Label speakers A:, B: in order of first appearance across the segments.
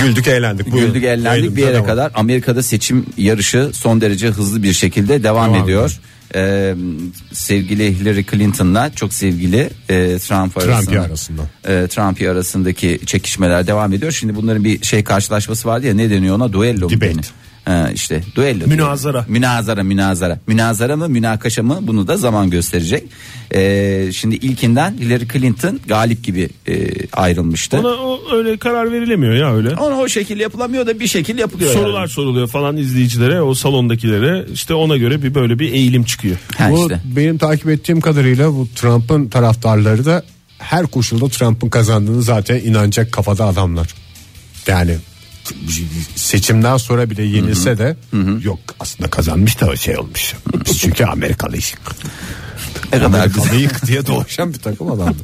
A: Güldük eğlendik. Buyurun.
B: Güldük eğlendik bir
A: Yayınımıza
B: yere
A: devam.
B: kadar. Amerika'da seçim yarışı son derece hızlı bir şekilde devam
A: Devam
B: ediyor. Ee, sevgili Hillary Clinton'la çok sevgili e, Trump arasında,
A: arasında.
B: e, Trump'i arasındaki çekişmeler devam ediyor. Şimdi bunların bir şey karşılaşması vardı ya ne deniyor ona duello mu
A: Debate.
B: deniyor? Ha, işte duello.
A: Münazara.
B: Münazara münazara. Münazara mı münakaşa mı bunu da zaman gösterecek. Ee, şimdi ilkinden Hillary Clinton galip gibi e, ayrılmıştı.
C: Ona o öyle karar verilemiyor ya öyle.
B: Ona o şekil yapılamıyor da bir şekil yapılıyor.
C: Sorular
B: yani.
C: soruluyor falan izleyicilere, o salondakilere. işte ona göre bir böyle bir eğilim çıkıyor.
B: Ha,
A: Bu
B: işte.
A: benim takip ettiğim kadarıyla bu Trump'ın taraftarları da her koşulda Trump'ın kazandığını zaten inanacak kafada adamlar. Yani seçimden sonra bile yenilse de yok aslında kazanmış da şey olmuş. Biz çünkü Amerikalıyız.
B: Ne kadar güzel.
A: Amerikalıyık diye dolaşan bir takım adamdı.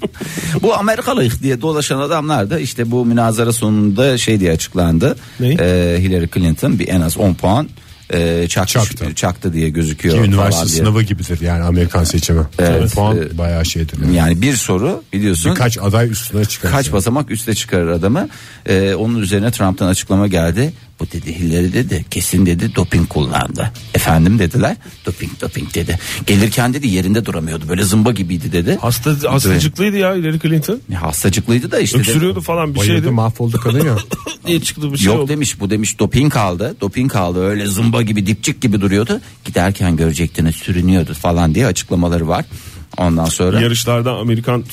B: Bu Amerikalı diye dolaşan adamlar da işte bu münazara sonunda şey diye açıklandı.
C: Ne?
B: Ee, Hillary Clinton bir en az 10 puan e, çaktı,
A: Çaktı.
B: çaktı. diye gözüküyor. falan
A: Üniversite
B: diye.
A: sınavı gibidir yani Amerikan seçimi.
B: Evet.
A: Puan
B: Ee,
A: bayağı şeydir. Yani.
B: Yani bir soru biliyorsun.
A: Birkaç aday üstüne çıkar.
B: kaç basamak üste çıkarır adamı. Ee, onun üzerine Trump'tan açıklama geldi. Bu dedi Hillary dedi kesin dedi doping kullandı. Efendim dediler doping doping dedi. Gelirken dedi yerinde duramıyordu böyle zımba gibiydi dedi.
C: Hasta hastacıklıydı ya Hillary Clinton.
B: E, Hastacıklıydı da işte. dedi.
C: Öksürüyordu falan bir
B: şey
A: Bayıldı
C: şeydi.
A: mahvoldu kadın ya.
C: Diye çıktı bir şey
B: Yok
C: oldu.
B: demiş bu demiş doping aldı. Doping aldı öyle zımba gibi dipçik gibi duruyordu. Giderken görecektiniz sürünüyordu falan diye açıklamaları var. Ondan sonra
C: Yarışlarda Amerikan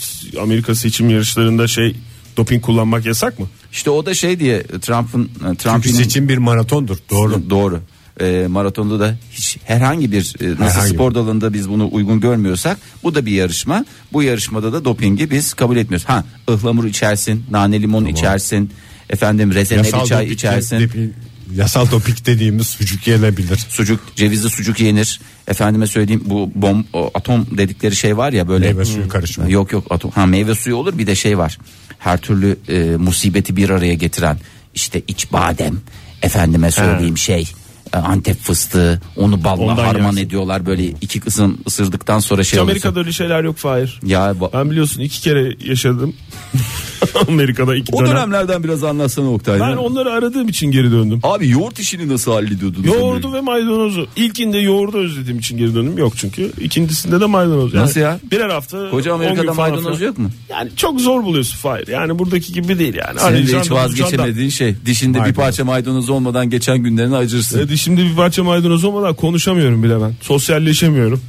C: Amerika seçim yarışlarında şey doping kullanmak yasak mı?
B: işte o da şey diye Trump'ın Trump'ın
A: Çünkü seçim bir maratondur. Doğru.
B: Doğru. Ee, maratonda da hiç herhangi bir e, nasıl
A: Herhangi
B: spor dalında biz bunu uygun görmüyorsak bu da bir yarışma. Bu yarışmada da dopingi biz kabul etmiyoruz. Ha ıhlamur içersin, nane limon içersin, efendim rezeneli çay
A: doping-
B: içersin.
A: doping- yasal dopik dediğimiz sucuk yenebilir.
B: Sucuk, cevizli sucuk yenir. Efendime söyleyeyim bu bom o atom dedikleri şey var ya böyle.
A: Meyve suyu karışımı.
B: Yok yok atom. Ha meyve suyu olur bir de şey var. Her türlü e, musibeti bir araya getiren işte iç badem efendime söyleyeyim şey e, Antep fıstığı onu balla
C: Ondan
B: harman
C: yersin.
B: ediyorlar böyle iki kısım ısırdıktan sonra
C: Hiç
B: şey oluyor.
C: Amerika'da öyle şeyler yok Fahir.
B: Ya bu-
C: Ben biliyorsun iki kere yaşadım. Amerika'da iki
B: o
C: dönem.
B: dönemlerden biraz anlatsana Oktay.
C: Ben onları aradığım için geri döndüm.
B: Abi yoğurt işini nasıl hallediyordun? sen?
C: Yoğurdu ve maydanozu. İlkinde yoğurdu özlediğim için geri döndüm. Yok çünkü. İkincisinde de maydanoz. Yani
B: Nasıl ya?
C: Birer hafta.
B: Koca
C: on gün
B: Amerika'da
C: falan
B: maydanoz
C: filan.
B: yok mu?
C: Yani çok zor buluyorsun Fahir. Yani buradaki gibi değil yani.
B: Senin de
C: Arayacaksın
B: hiç
C: da bulacaksın da.
B: vazgeçemediğin şey. Dişinde
A: Maydanoz.
B: bir parça maydanoz olmadan geçen günlerini acırsın.
C: Evet, E, şimdi bir parça maydanoz olmadan konuşamıyorum bile ben. Sosyalleşemiyorum.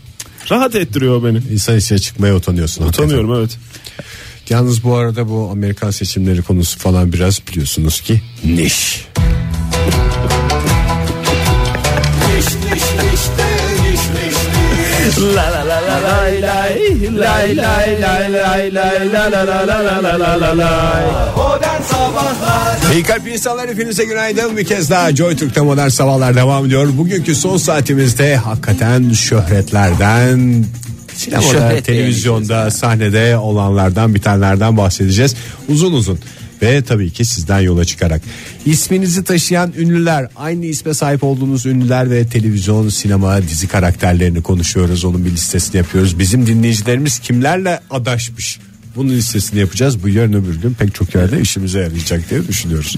C: Rahat ettiriyor beni.
A: İnsan içine çıkmaya utanıyorsun. hakikaten.
C: Utanıyorum evet.
A: Yalnız bu arada bu Amerikan seçimleri konusu falan biraz biliyorsunuz ki niş. İyi kalp insanlar hepinize günaydın bir kez daha Joy Türk'te modern sabahlar devam ediyor Bugünkü son saatimizde hakikaten şöhretlerden sinemada,
B: Şöhret
A: televizyonda, sahnede olanlardan, bitenlerden bahsedeceğiz Uzun uzun ve tabii ki sizden yola çıkarak isminizi taşıyan ünlüler, aynı isme sahip olduğunuz ünlüler ve televizyon, sinema, dizi karakterlerini konuşuyoruz. Onun bir listesini yapıyoruz. Bizim dinleyicilerimiz kimlerle adaşmış? Bunun listesini yapacağız. Bu yarın öbür gün pek çok yerde işimize yarayacak diye düşünüyoruz.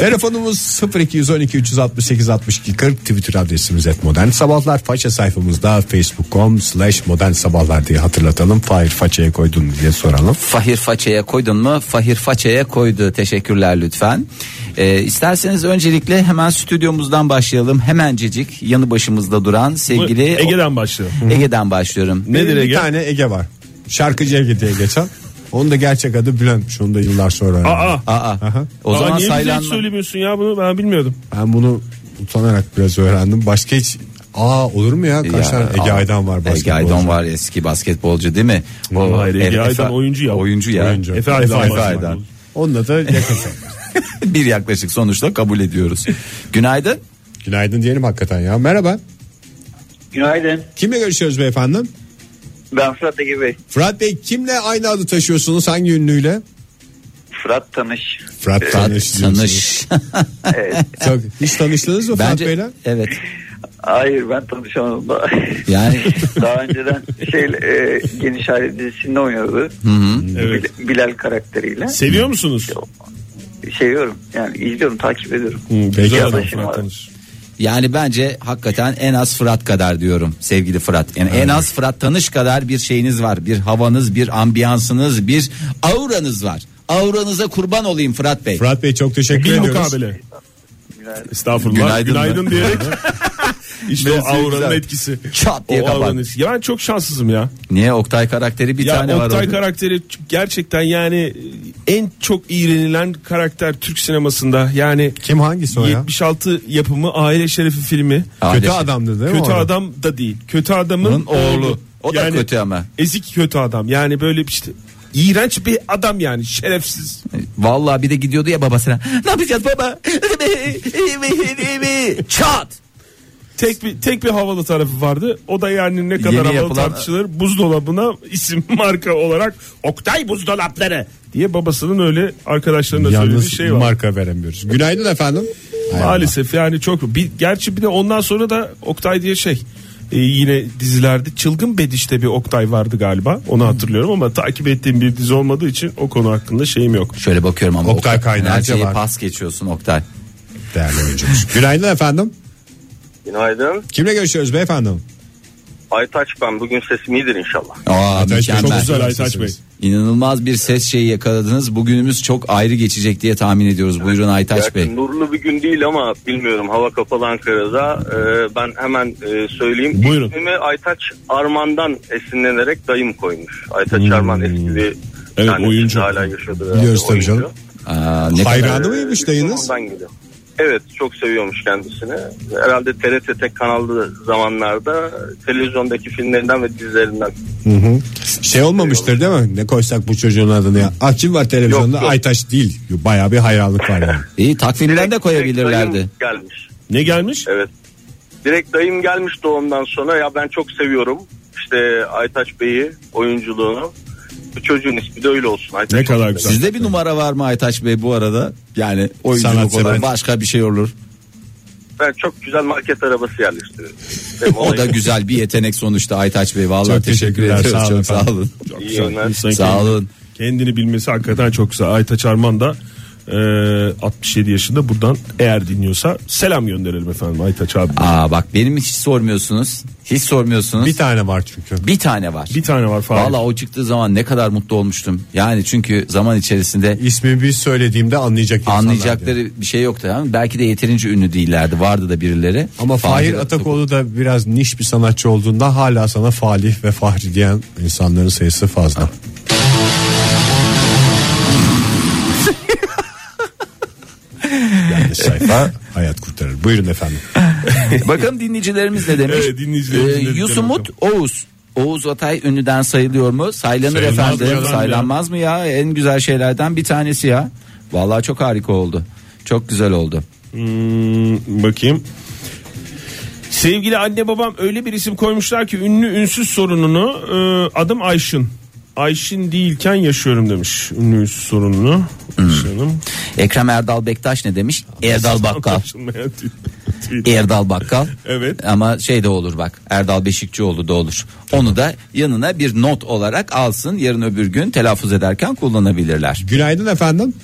A: Telefonumuz 0212 368 62 40 Twitter adresimiz et modern sabahlar faça sayfamızda facebook.com slash modern sabahlar diye hatırlatalım. Fahir façaya koydun diye soralım.
B: Fahir Faça'ya koydun mu? Fahir Faça'ya koydu. Teşekkürler lütfen. Ee, isterseniz öncelikle hemen stüdyomuzdan başlayalım. Hemencecik yanı başımızda duran sevgili
C: Ege'den başlayalım.
B: Ege'den başlıyorum.
C: Nedir
A: Benim
C: Ege?
A: Bir tane Ege var. Şarkıcı Ege diye geçen. Onun da gerçek adı Bülent'miş. Onu da yıllar sonra. öğrendim.
C: Aa,
B: Aa, o
C: Aa,
B: zaman
C: niye şey bize hiç
B: saylanma.
C: söylemiyorsun ya bunu ben bilmiyordum.
A: Ben bunu utanarak biraz öğrendim. Başka hiç Aa olur mu ya? Kaç tane Ege
B: aa,
A: Aydan var
B: Ege
A: basketbolcu.
B: Aydan var eski basketbolcu değil mi? O,
C: Hayır, Ege Aydan oyuncu ya.
B: Oyuncu ya.
A: Oyuncu.
C: Efe Aydan
B: Efe
C: var.
B: Aydan.
A: Onunla da yakın.
B: Bir yaklaşık sonuçta kabul ediyoruz. Günaydın.
A: Günaydın diyelim hakikaten ya. Merhaba.
D: Günaydın.
A: Kimle görüşüyoruz beyefendi?
D: Ben Fırat Ege Bey.
A: Fırat Bey kimle aynı adı taşıyorsunuz? Hangi ünlüyle?
D: Fırat Tanış.
A: Fırat Tanış. diyorsunuz.
B: Ee, Tanış.
D: Evet.
A: Çok, hiç tanıştınız mı Fırat Bey'le?
B: Bence evet.
D: Hayır ben tanışamadım da.
B: Yani
D: Daha önceden şey e, Geniş Aile dizisinde oynuyordu.
C: Evet.
D: Bil- Bilal karakteriyle.
C: Seviyor musunuz?
D: seviyorum. Yani izliyorum, takip ediyorum.
C: Hmm, Güzel adam
D: Arkadaşım
C: Fırat
D: var.
C: Tanış.
B: Yani bence hakikaten en az Fırat kadar diyorum sevgili Fırat. Yani en az Fırat tanış kadar bir şeyiniz var. Bir havanız, bir ambiyansınız, bir auranız var. Auranıza kurban olayım Fırat Bey.
A: Fırat Bey çok teşekkür
C: Bir
A: ediyoruz.
C: mukabele.
D: Günaydın.
C: Estağfurullah.
B: Günaydın
C: Günaydın,
B: mı?
C: diyerek. işte o
B: Neyse, güzel.
C: auranın etkisi.
B: Çat diye
C: O
B: kapat.
C: auranın etkisi. Ya ben çok şanssızım ya.
B: Niye Oktay karakteri bir
C: Ya
B: tane var
C: Oktay
B: orada.
C: karakteri gerçekten yani en çok iğrenilen karakter Türk sinemasında. Yani
A: Kim hangisi o ya?
C: 76 yapımı Aile Şerefi filmi.
B: Aile
A: Kötü
B: Şerefi.
A: adamdı değil mi?
C: kötü
A: o adam?
C: adam da değil. Kötü adamın
B: Onun oğlu. O da
C: Yani
B: kötü ama.
C: Ezik kötü adam. Yani böyle bir işte iğrenç bir adam yani şerefsiz.
B: Vallahi bir de gidiyordu ya babasına. Ne yapacağız baba? Çat.
C: Tek bir tek bir havalı tarafı vardı. O da yani ne kadar havalı
B: yapılan-
C: tartışılır. Buzdolabına isim marka olarak Oktay buzdolapları diye babasının öyle arkadaşlarına
A: Yalnız
C: söylediği şey var.
A: marka veremiyoruz. Günaydın efendim.
C: Maalesef yani çok bir, gerçi bir de ondan sonra da Oktay diye şey e, yine dizilerde çılgın bedişte bir Oktay vardı galiba. Onu hatırlıyorum ama takip ettiğim bir dizi olmadığı için o konu hakkında şeyim yok.
B: Şöyle bakıyorum ama
A: Oktay Kaynarca
B: Her şeyi
A: var.
B: pas geçiyorsun Oktay.
A: Değerli oyuncumuz. Günaydın efendim.
E: Günaydın.
A: Kimle görüşüyoruz beyefendi?
E: Aytaç ben. Bugün sesim iyidir inşallah.
B: Aa
A: Aytaç Bey,
B: mükemmel.
A: çok güzel
C: Aytaç Bey.
B: İnanılmaz bir ses şeyi yakaladınız. Bugünümüz çok ayrı geçecek diye tahmin ediyoruz. Buyurun Aytaç
E: Gerçi
B: Bey.
E: Nurlu bir gün değil ama bilmiyorum hava kapalı Ankara'da. Ee, ben hemen e, söyleyeyim.
C: Buyurun.
E: İsmimi Aytaç Arman'dan esinlenerek dayım koymuş. Aytaç Arman eski bir
C: Evet,
E: kendisi
C: oyuncu.
E: Hala yaşadı.
A: Biliyoruz tabii canım.
B: Aa, ne kadar-
A: Hayranı mıymış dayınız?
E: Ondan geliyor. Evet çok seviyormuş kendisini. Herhalde TRT tek kanallı zamanlarda televizyondaki filmlerinden ve dizilerinden.
A: Şey olmamıştır değil mi? Ne koysak bu çocuğun adını ya. Ah kim var televizyonda?
E: Yok, yok.
A: Aytaş değil. Bayağı bir hayranlık var yani.
B: İyi takvimden de koyabilirlerdi.
E: Dayım Gelmiş.
C: Ne gelmiş?
E: Evet. Direkt dayım gelmiş doğumdan sonra ya ben çok seviyorum işte Aytaç Bey'i oyunculuğunu. Bu çocuğun ismi de öyle olsun. Aytaç
C: Ne kadar
E: olsun.
C: güzel.
B: Sizde bir numara var mı Aytaç Bey bu arada? Yani oyunculuk
A: Sanatsever.
B: olan başka bir şey olur.
E: Ben çok güzel market arabası yerleştiriyorum.
B: O da güzel bir yetenek sonuçta Aytaç Bey. Vallahi
A: Çok
B: teşekkür
A: teşekkürler,
B: ediyoruz.
A: sağ olun
B: çok sağ
A: efendim.
B: olun.
C: Çok
E: İyi
C: güzel.
E: yayınlar.
C: İnsan
B: Sağ
C: kendini-
B: olun.
C: Kendini bilmesi hakikaten çok güzel. Aytaç Arman da e, 67 yaşında buradan eğer dinliyorsa selam gönderelim efendim Aytaç abi.
B: Aa bak benim hiç sormuyorsunuz. Hiç sormuyorsunuz.
A: Bir
B: Bir,
A: tane var çünkü.
B: tane var.
C: Bir tane var Fahir.
B: Valla o çıktığı zaman ne kadar mutlu olmuştum. Yani çünkü zaman içerisinde
A: İsmimi bir söylediğimde anlayacak insanlar diye.
B: anlayacakları bir şey yoktu. Yani belki de yeterince ünlü değillerdi. Vardı da birileri.
A: Ama Fahir
B: Atak-
A: Atakoğlu da biraz niş bir sanatçı olduğunda hala sana Falih ve Fahri diyen insanların sayısı fazla. Yanlış sayfa hayat kurtarır. Buyurun efendim.
B: Bakalım dinleyicilerimiz ne demiş?
C: Evet, dinleyicilerimiz ne
B: Ee,
C: demiş
B: Yusumut Oğuz. Oğuz Atay ünlüden sayılıyor mu? Saylanır
C: Sayılmaz
B: efendim.
C: mı ya lan
B: Saylanmaz mı ya? En güzel şeylerden bir tanesi ya. Vallahi çok harika oldu. Çok güzel oldu.
C: Hmm, bakayım. Sevgili anne babam öyle bir isim koymuşlar ki ünlü ünsüz sorununu e, adım Ayşın. Ayşin değilken yaşıyorum demiş ünlü ünsüz sorununu.
B: Hmm.
C: Yaşıyorum.
B: Ekrem Erdal Bektaş ne demiş? Erdal Bakkal.
C: Anlaşılmayan tweet- tweet.
B: Erdal Bakkal.
C: Evet.
B: Ama şey de olur bak. Erdal Beşikçioğlu da olur. Onu da yanına bir not olarak alsın. Yarın öbür gün telaffuz ederken kullanabilirler.
A: Günaydın efendim.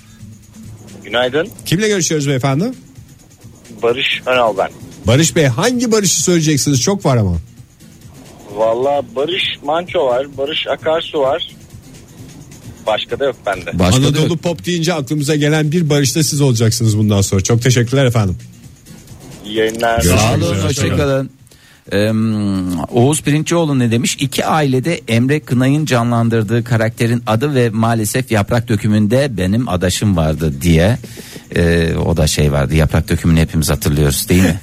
E: Günaydın.
A: Kimle görüşüyoruz beyefendi?
E: Barış Önal ben.
A: Barış Bey hangi Barış'ı söyleyeceksiniz? Çok var ama.
E: Valla Barış Manço var. Barış Akarsu var. Başka da yok bende.
B: Başka da
A: Anadolu
B: yok.
A: pop deyince aklımıza gelen bir Barış'ta siz olacaksınız bundan sonra. Çok teşekkürler efendim.
E: İyi yayınlar.
B: Sağ olun
A: üzere,
B: hoşçakalın. Ee, Oğuz Pirinçoğlu ne demiş? İki ailede Emre Kınay'ın canlandırdığı karakterin adı ve maalesef yaprak dökümünde benim adaşım vardı diye. Ee, o da şey vardı yaprak dökümünü hepimiz hatırlıyoruz değil mi?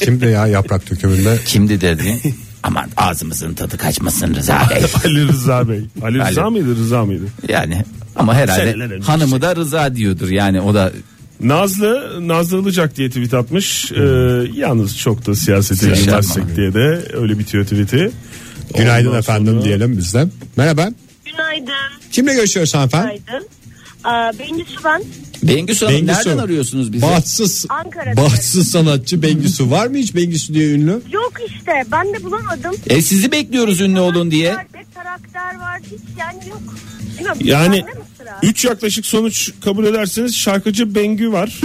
A: Kimdi ya yaprak dökümünde?
B: Kimdi dedi? Aman ağzımızın tadı kaçmasın Rıza Bey.
C: Ali Rıza Bey. Ali Rıza
B: Ali.
C: mıydı Rıza mıydı?
B: Yani ama
C: Seneler
B: herhalde
C: önce. şey.
B: hanımı da Rıza diyordur yani o da
C: Nazlı, Nazlı Ilıcak diye tweet atmış. Ee, yalnız çok da siyasete
B: Siyaset
C: girmezsek
B: yapma.
C: diye de öyle bitiyor tweet'i.
A: Günaydın
C: Ondan
A: efendim
C: sonra-
A: diyelim biz de. Merhaba.
F: Günaydın.
A: Kimle görüşüyoruz hanımefendi?
F: Günaydın. Aa, birincisi ben
B: Bengüs Hanım
A: Bengüs
B: nereden
A: Hanım.
B: arıyorsunuz bizi?
A: Bahtsız,
F: Ankara'da.
A: bahtsız sanatçı Bengüsü var mı hiç Bengüsü diye ünlü?
F: yok işte ben de bulamadım.
B: E sizi bekliyoruz ünlü olun diye.
F: Karakter var, Karakter var hiç yani yok. Bilmiyorum,
C: Yani
F: bende mi sıra? ara.
C: Üç yaklaşık sonuç kabul ederseniz şarkıcı Bengü var.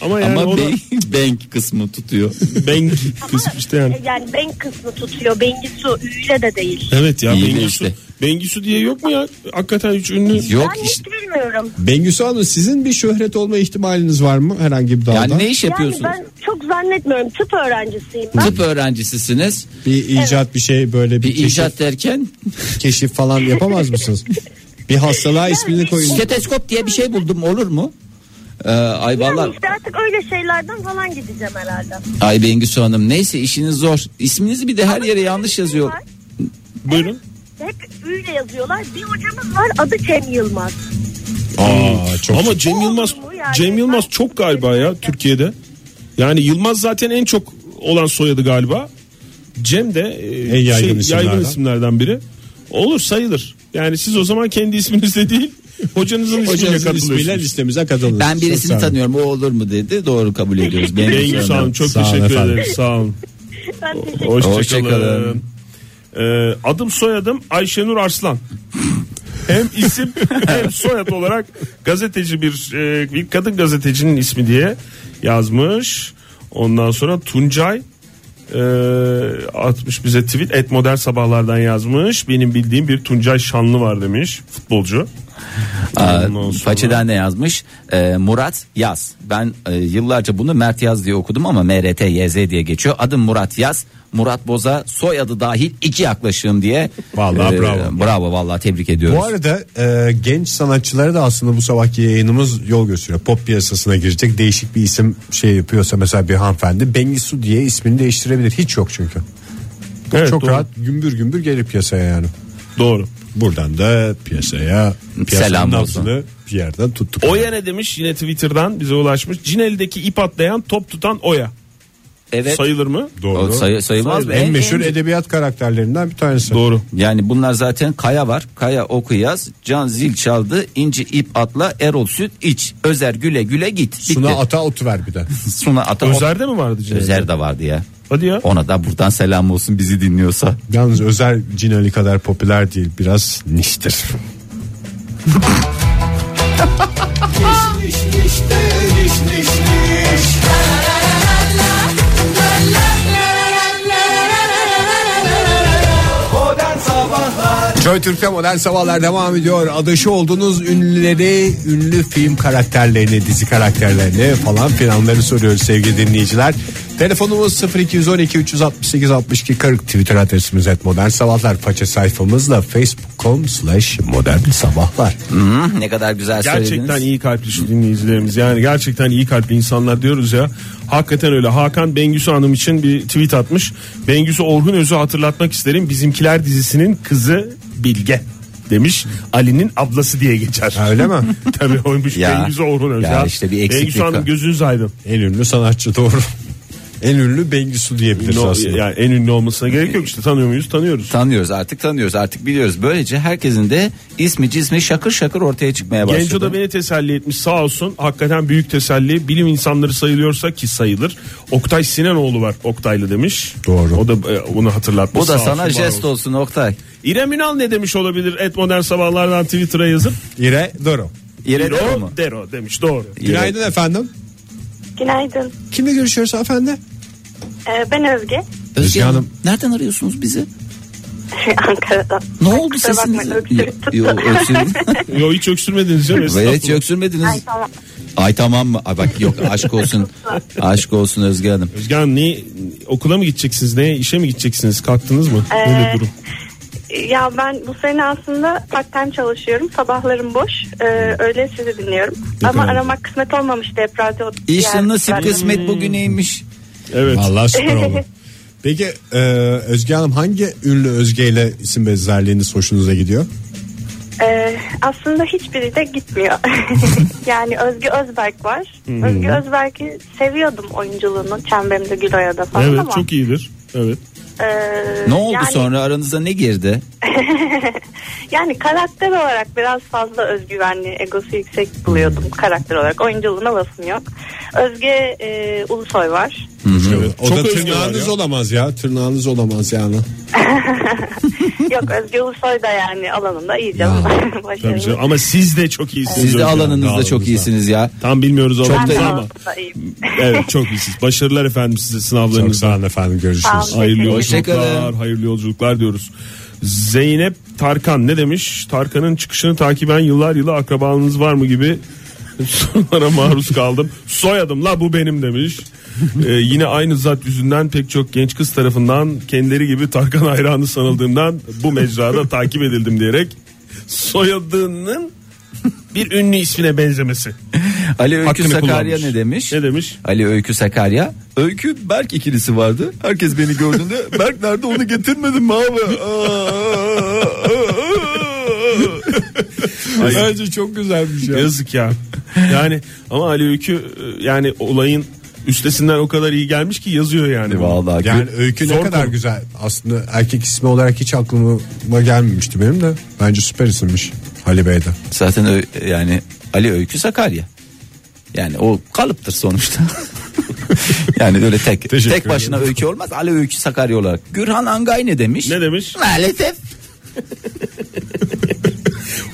C: Ama yani
B: Ama
C: o da
B: bank, bank kısmı tutuyor.
C: Bengü
F: Ama
C: kısmı işte yani.
F: E, yani ben kısmı tutuyor. Bengisu üyle de değil.
C: Evet ya
B: İyi de
C: Bengüsü.
B: işte.
C: Bengüsü diye yok mu ya? Hakikaten hiç ünlü.
B: Yok
F: ben
B: işte.
F: hiç bilmiyorum.
A: Bengüsü Hanım sizin bir şöhret olma ihtimaliniz var mı herhangi bir dalda?
B: Yani ne iş
F: Yani
B: yapıyorsunuz?
F: ben çok zannetmiyorum. Tıp öğrencisiyim ben.
B: Tıp öğrencisisiniz.
A: Bir icat bir şey böyle bir,
B: Bir
A: keşif,
B: icat derken
A: keşif falan yapamaz mısınız? bir hastalığa ismini koyun.
B: steteskop diye bir şey buldum olur mu? Ee, ay valla
F: Yani işte artık öyle şeylerden falan gideceğim herhalde.
B: ay Bengüsü Hanım neyse işiniz zor. İsminizi bir de her yere yanlış yazıyor.
F: şey Var.
C: Buyurun.
F: Hep üyle yazıyorlar. Bir hocamız var adı Cem Yılmaz.
A: Aa, çok
C: Ama Cem
F: O
C: Yılmaz
F: oldu mu yani?
C: Cem Yılmaz
F: Ben-
C: çok galiba ya Türkiye'de. Yani Yılmaz zaten en çok olan soyadı galiba. Cem de e,
A: En yaygın
C: şey,
A: isimlerden.
C: yaygın isimlerden biri. Olur sayılır. Yani siz o zaman kendi isminizle değil hocanızın ismiyle
A: Hocanızın ismiyle
C: katılıyorsunuz.
A: listemize katılın.
B: Ben birisini
A: Çok sağ olun.
B: tanıyorum o olur mu dedi. Doğru kabul ediyoruz.
C: Bengü sağ olun çok
A: Sağ olun
C: teşekkür
A: efendim.
C: ederim sağ olun.
F: Ben teşekkür
B: Hoşçakalın.
C: Hoşçakalın. Ee, adım soyadım Ayşenur Arslan. hem isim hem soyad olarak gazeteci bir, e, bir kadın gazetecinin ismi diye yazmış. Ondan sonra Tuncay e, atmış bize tweet et modern sabahlardan yazmış. Benim bildiğim bir Tuncay Şanlı var demiş futbolcu. Ondan sonra-
B: Façeden ne yazmış? Ee, Murat Yaz. Ben e, yıllarca bunu Mert Yaz diye okudum ama MRT YZ diye geçiyor. Adım Murat Yaz. Murat Boza soyadı dahil iki yaklaşığım diye. e,
A: Vallahi bravo.
B: Bravo vallahi tebrik ediyoruz.
A: Bu arada e, genç sanatçılara da aslında bu sabahki yayınımız yol gösteriyor. Pop piyasasına girecek değişik bir isim şey yapıyorsa mesela bir hanımefendi Bengisu diye ismini değiştirebilir. Hiç yok çünkü.
C: Evet,
A: Çok
C: doğru.
A: rahat gümbür gümbür gelir piyasaya yani.
C: Doğru.
A: Buradan da piyasaya piyasanın
B: Selam olsun.
A: nabzını bir yerden tuttuk.
C: Oya ne demiş yine Twitter'dan bize ulaşmış. Cinel'deki ip atlayan top tutan Oya.
B: evet.
C: Sayılır mı?
B: O sayı- sayılmaz mı?
A: En meşhur edebiyat karakterlerinden bir tanesi.
C: Doğru.
B: Yani bunlar zaten Kaya var. Kaya oku yaz. Can zil çaldı. İnci ip atla. Erol süt iç. Özer güle güle git. Bitti.
A: Suna ata otu ver bir de.
B: Suna ata.
C: Özer'de mi vardı Cinel'de?
B: Özer de vardı ya.
C: Hadi ya.
B: Ona da buradan selam olsun bizi dinliyorsa.
A: Yalnız Özer Cinali kadar popüler değil. Biraz niştir. Joy Türk'te modern sabahlar devam ediyor. Adışı olduğunuz ünlüleri, ünlü film karakterlerini, dizi karakterlerini falan filanları soruyoruz sevgili dinleyiciler. Telefonumuz 0212 368 62 40 Twitter adresimiz et modern sabahlar. Faça sayfamızla facebook.com slash modern sabahlar.
B: Hı, ne kadar güzel söylediniz.
C: Gerçekten iyi kalpli şu dinleyicilerimiz yani gerçekten iyi kalpli insanlar diyoruz ya. Hakikaten öyle Hakan Bengüsü Hanım için bir tweet atmış. Bengüsü Orhun Öz'ü hatırlatmak isterim bizimkiler dizisinin kızı Bilge demiş. Ali'nin ablası diye geçer.
A: Ha, öyle mi?
C: Tabii oymuş
B: Ya.
C: Bengüsü Orhun Öz.
B: Ya
C: Ya,
B: işte bir eksiklik
C: Bengüsü Hanım
B: var.
C: gözünüz aydın.
A: En ünlü sanatçı doğru. En ünlü Bengisu diyebiliriz
C: Ünlü-
A: aslında.
C: yani en ünlü olmasına gerek yok işte tanıyor muyuz tanıyoruz.
B: Tanıyoruz artık tanıyoruz artık biliyoruz. Böylece herkesin de ismi cismi şakır şakır ortaya çıkmaya başladı.
C: Genco da beni teselli etmiş sağ olsun. Hakikaten büyük teselli. Bilim insanları sayılıyorsa ki sayılır. Oktay Sinanoğlu var. Oktaylı demiş.
A: Doğru.
C: O da e, bunu hatırlatmış.
B: Bu da
C: Sağ
B: sana
C: olsun, var
B: jest
C: olsun.
B: olsun Oktay.
C: İrem Ünal ne demiş olabilir? Et modern sabahlardan Twitter'a yazıp.
A: İre doğru.
B: İre
C: Dero,
B: de mu?
C: Dero demiş. Doğru.
B: İre-
A: Günaydın efendim.
F: Günaydın.
A: Kimle görüşüyoruz efendim?
F: Ee, ben Özge.
B: Özge
A: Özge Hanım.
B: Hanım. Nereden arıyorsunuz bizi?
F: Ankara'dan.
B: Ne oldu
F: Kusura bakmayın,
B: sesiniz?
F: öksürük tuttu.
B: Yok öksürüm.
C: Yo hiç öksürmediniz canım.
B: Evet
C: estağfurullah.
B: öksürmediniz.
F: Ay tamam.
B: Ay tamam mı? Ay bak yok aşk olsun. aşk olsun Özge Hanım.
C: Özge Hanım ne, okula mı gideceksiniz? Ne işe mi gideceksiniz? Kalktınız mı?
G: Ee,
C: Öyle durum.
G: Ya ben bu sene aslında part time çalışıyorum. Sabahlarım boş. Ee, öyle sizi dinliyorum. Ama
C: kadar
G: aramak kısmet olmamıştı hep radyo.
B: İşte
G: yani
B: nasip
G: radyo-
B: kısmet bugüneymiş.
C: Evet.
A: Vallahi süper oldu. Peki e, Özge Hanım hangi ünlü Özge ile isim benzerliğiniz hoşunuza gidiyor?
G: Ee, aslında hiçbiri de gitmiyor. yani Özge Özberk var.
B: Hmm.
G: Özge Özberk'i seviyordum oyunculuğunu. Çemberimde Güloya'da falan
C: Evet
G: ama.
C: çok iyidir. Evet.
G: ee,
B: Ne oldu
G: yani-
B: sonra aranıza ne girdi?
G: Yani karakter olarak biraz fazla özgüvenli, egosu yüksek buluyordum karakter olarak. Oyunculuğuna lafım yok. Özge e, Ulusoy var.
A: Evet. O
C: Çok
A: da
C: Özge var
A: tırnağınız
C: ya.
A: olamaz ya. Tırnağınız olamaz yani.
G: Yok Özge Ulusoy da yani alanında iyice
C: Tabii
G: başarılı.
C: canım. Ama siz de çok iyisiniz.
B: Siz de
C: hocam.
B: alanınızda çok
C: Alanınızda.
B: iyisiniz ya.
C: Tam bilmiyoruz
G: Ben
C: alanınızı
G: de
C: ama.
G: alanında iyiyim.
C: Evet çok iyisiniz. Başarılar efendim size
A: Çok
C: sınavlarınızda.
A: sağ olun efendim görüşürüz.
G: Sağ olun.
C: Hayırlı
B: Hoşçakalın.
C: yolculuklar, hayırlı yolculuklar diyoruz. Zeynep Tarkan ne demiş? Tarkan'ın çıkışını takiben yıllar yılı akrabanız var mı gibi sorulara maruz kaldım. Soyadım la bu benim demiş. Ee, yine aynı zat yüzünden pek çok genç kız tarafından kendileri gibi Tarkan hayranı sanıldığından bu mecrada takip edildim diyerek soyadının bir ünlü ismine benzemesi.
B: Ali Öykü
C: Hakkını
B: Sakarya
C: kullanmış.
B: ne demiş?
C: Ne demiş?
B: Ali Öykü Sakarya. Öykü Berk ikilisi vardı. Herkes beni gördüğünde Berk nerede onu getirmedim mi abi?
A: Bence çok güzelmiş
C: Yazık ya. Yani ama Ali Öykü e, yani olayın üstesinden o kadar iyi gelmiş ki yazıyor yani.
B: Vallahi
A: Yani öykü ne
C: Zor
A: kadar
C: konu.
A: güzel. Aslında erkek ismi olarak hiç aklıma gelmemişti benim de. Bence süper isimmiş Ali Bey'de.
B: zaten ö- yani Ali Öykü Sakarya. Yani o kalıptır sonuçta. yani öyle tek tek başına öykü olmaz. Ali Öykü Sakarya olarak. Gürhan Angay ne demiş?
C: Ne demiş?
B: Maalesef.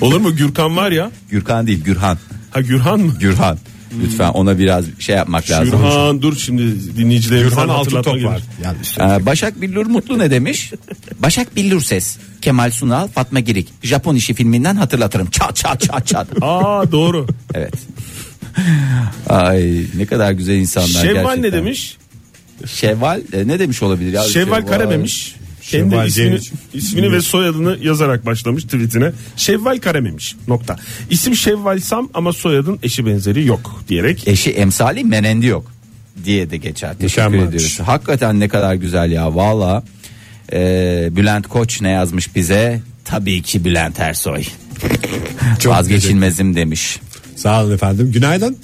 C: Olur mu Gürkan var ya?
B: Gürkan değil Gürhan.
C: Ha Gürhan mı?
B: Gürhan. Lütfen ona biraz şey yapmak lazım.
C: Gürhan dur şimdi dinleyicilerimize
A: Gürhan
C: hatırlatma
A: Altıntop
C: gelir.
A: var. Yani işte.
B: Ee, Başak Billur Mutlu ne demiş? Başak Billur ses. Kemal Sunal, Fatma Girik. Japon işi filminden hatırlatırım. Çat çat çat çat.
C: Aa doğru.
B: evet. Ay ne kadar güzel insanlar
C: Şevval
B: gerçekten.
C: ne demiş?
B: Şevval e, ne demiş olabilir ya?
C: Şevval Kara demiş. Kendi
A: Şevval
C: ismini,
A: Genç.
C: ismini ve soyadını yazarak başlamış tweetine. Şevval Karamemiş nokta. İsim Şevval Sam ama soyadın eşi benzeri yok diyerek.
B: Eşi emsali menendi yok diye de geçer. Teşekkür
A: Mükemmel.
B: ediyoruz. Hakikaten ne kadar güzel ya valla. Ee, Bülent Koç ne yazmış bize? Tabii ki Bülent Ersoy.
A: Çok
B: Vazgeçilmezim demiş.
A: Sağ olun efendim. Günaydın.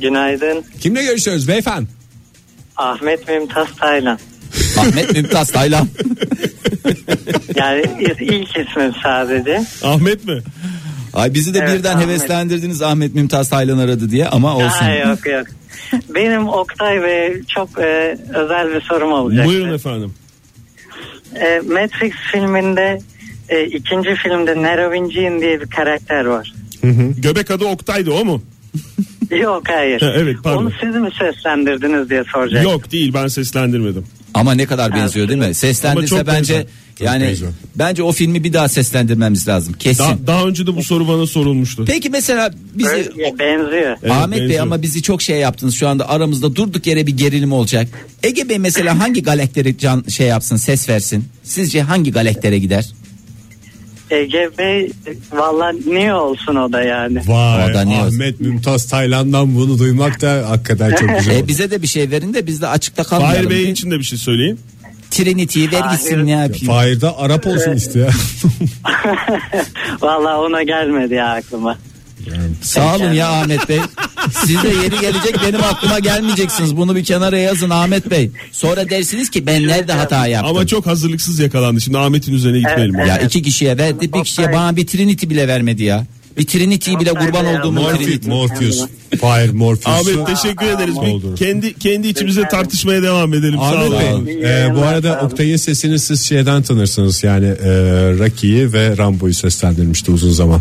H: Günaydın.
A: Kimle görüşüyoruz beyefendi?
H: Ahmet Mümtaz Taylan.
B: Ahmet Mümtaz Taylan.
H: Yani ilk ismim sadece.
C: Ahmet mi?
B: Ay bizi de
H: Evet,
B: birden
H: Ahmet.
B: heveslendirdiniz Ahmet Mümtaz Taylan aradı diye ama olsun.
H: Aa, yok yok. Benim Oktay ve çok e, özel bir sorum olacak.
C: Buyurun efendim.
H: E, Matrix filminde e, ikinci filmde Nerovincian diye bir karakter var.
C: Göbek adı Oktay'dı o mu?
H: Yok hayır.
C: Ha, evet, pardon.
H: Onu siz mi seslendirdiniz diye soracak.
C: Yok değil ben seslendirmedim.
B: Ama ne kadar benziyor değil mi?
C: Ama
B: Seslendirse
C: çok
B: bence
C: benziyor.
A: Çok
B: yani
A: benziyor.
B: bence o filmi bir daha seslendirmemiz lazım kesin.
C: Daha, daha önce de bu soru bana sorulmuştu.
B: Peki mesela bizi
H: Öyle E, benziyor.
C: Evet,
B: Ahmet Bey
C: benziyor.
B: ama bizi çok şey yaptınız şu anda aramızda durduk yere bir gerilim olacak. Ege Bey mesela hangi galaktere can şey yapsın ses versin? Sizce hangi galaktere gider?
H: Ege Bey valla niye olsun o da yani.
A: Vay
B: Oradan yaz.
A: Ahmet Mümtaz Taylan'dan bunu duymak da hakikaten çok güzel.
B: E bize de bir şey verin de biz de açıkta kalmayalım.
C: Fahir Bey için de bir şey söyleyeyim.
B: Trinity'yi ver gitsin
H: Fahir-
B: ne yapayım.
A: Fahir'de Arap olsun istiyor.
H: Valla ona gelmedi ya aklıma.
B: Sağ olun ya Ahmet Bey. Siz de yeri gelecek benim aklıma gelmeyeceksiniz. Bunu bir kenara yazın Ahmet Bey. Sonra dersiniz ki ben nerede hata yaptım.
C: Ama çok hazırlıksız yakalandı. Şimdi Ahmet'in üzerine gitmeyelim.
H: evet.
B: Ya iki kişiye verdi bir kişiye
H: Oktay.
B: bana bir Trinity bile vermedi ya. Bir Trinity'yi bile
H: Oktay
B: kurban
H: Bey
B: olduğumun
H: anlamadım.
B: Trinity.
A: Morpheus. Fahir Morpheus.
C: Ahmet teşekkür ederiz. Bir
A: Oldu.
C: kendi kendi içimize tartışmaya devam edelim. Sağ
A: Ahmet
C: olun.
A: Bey,
B: olun.
A: e, bu arada Oktay'ın sesini siz şeyden tanırsınız yani e, Rocky'yi ve Rambo'yu seslendirmişti uzun zaman.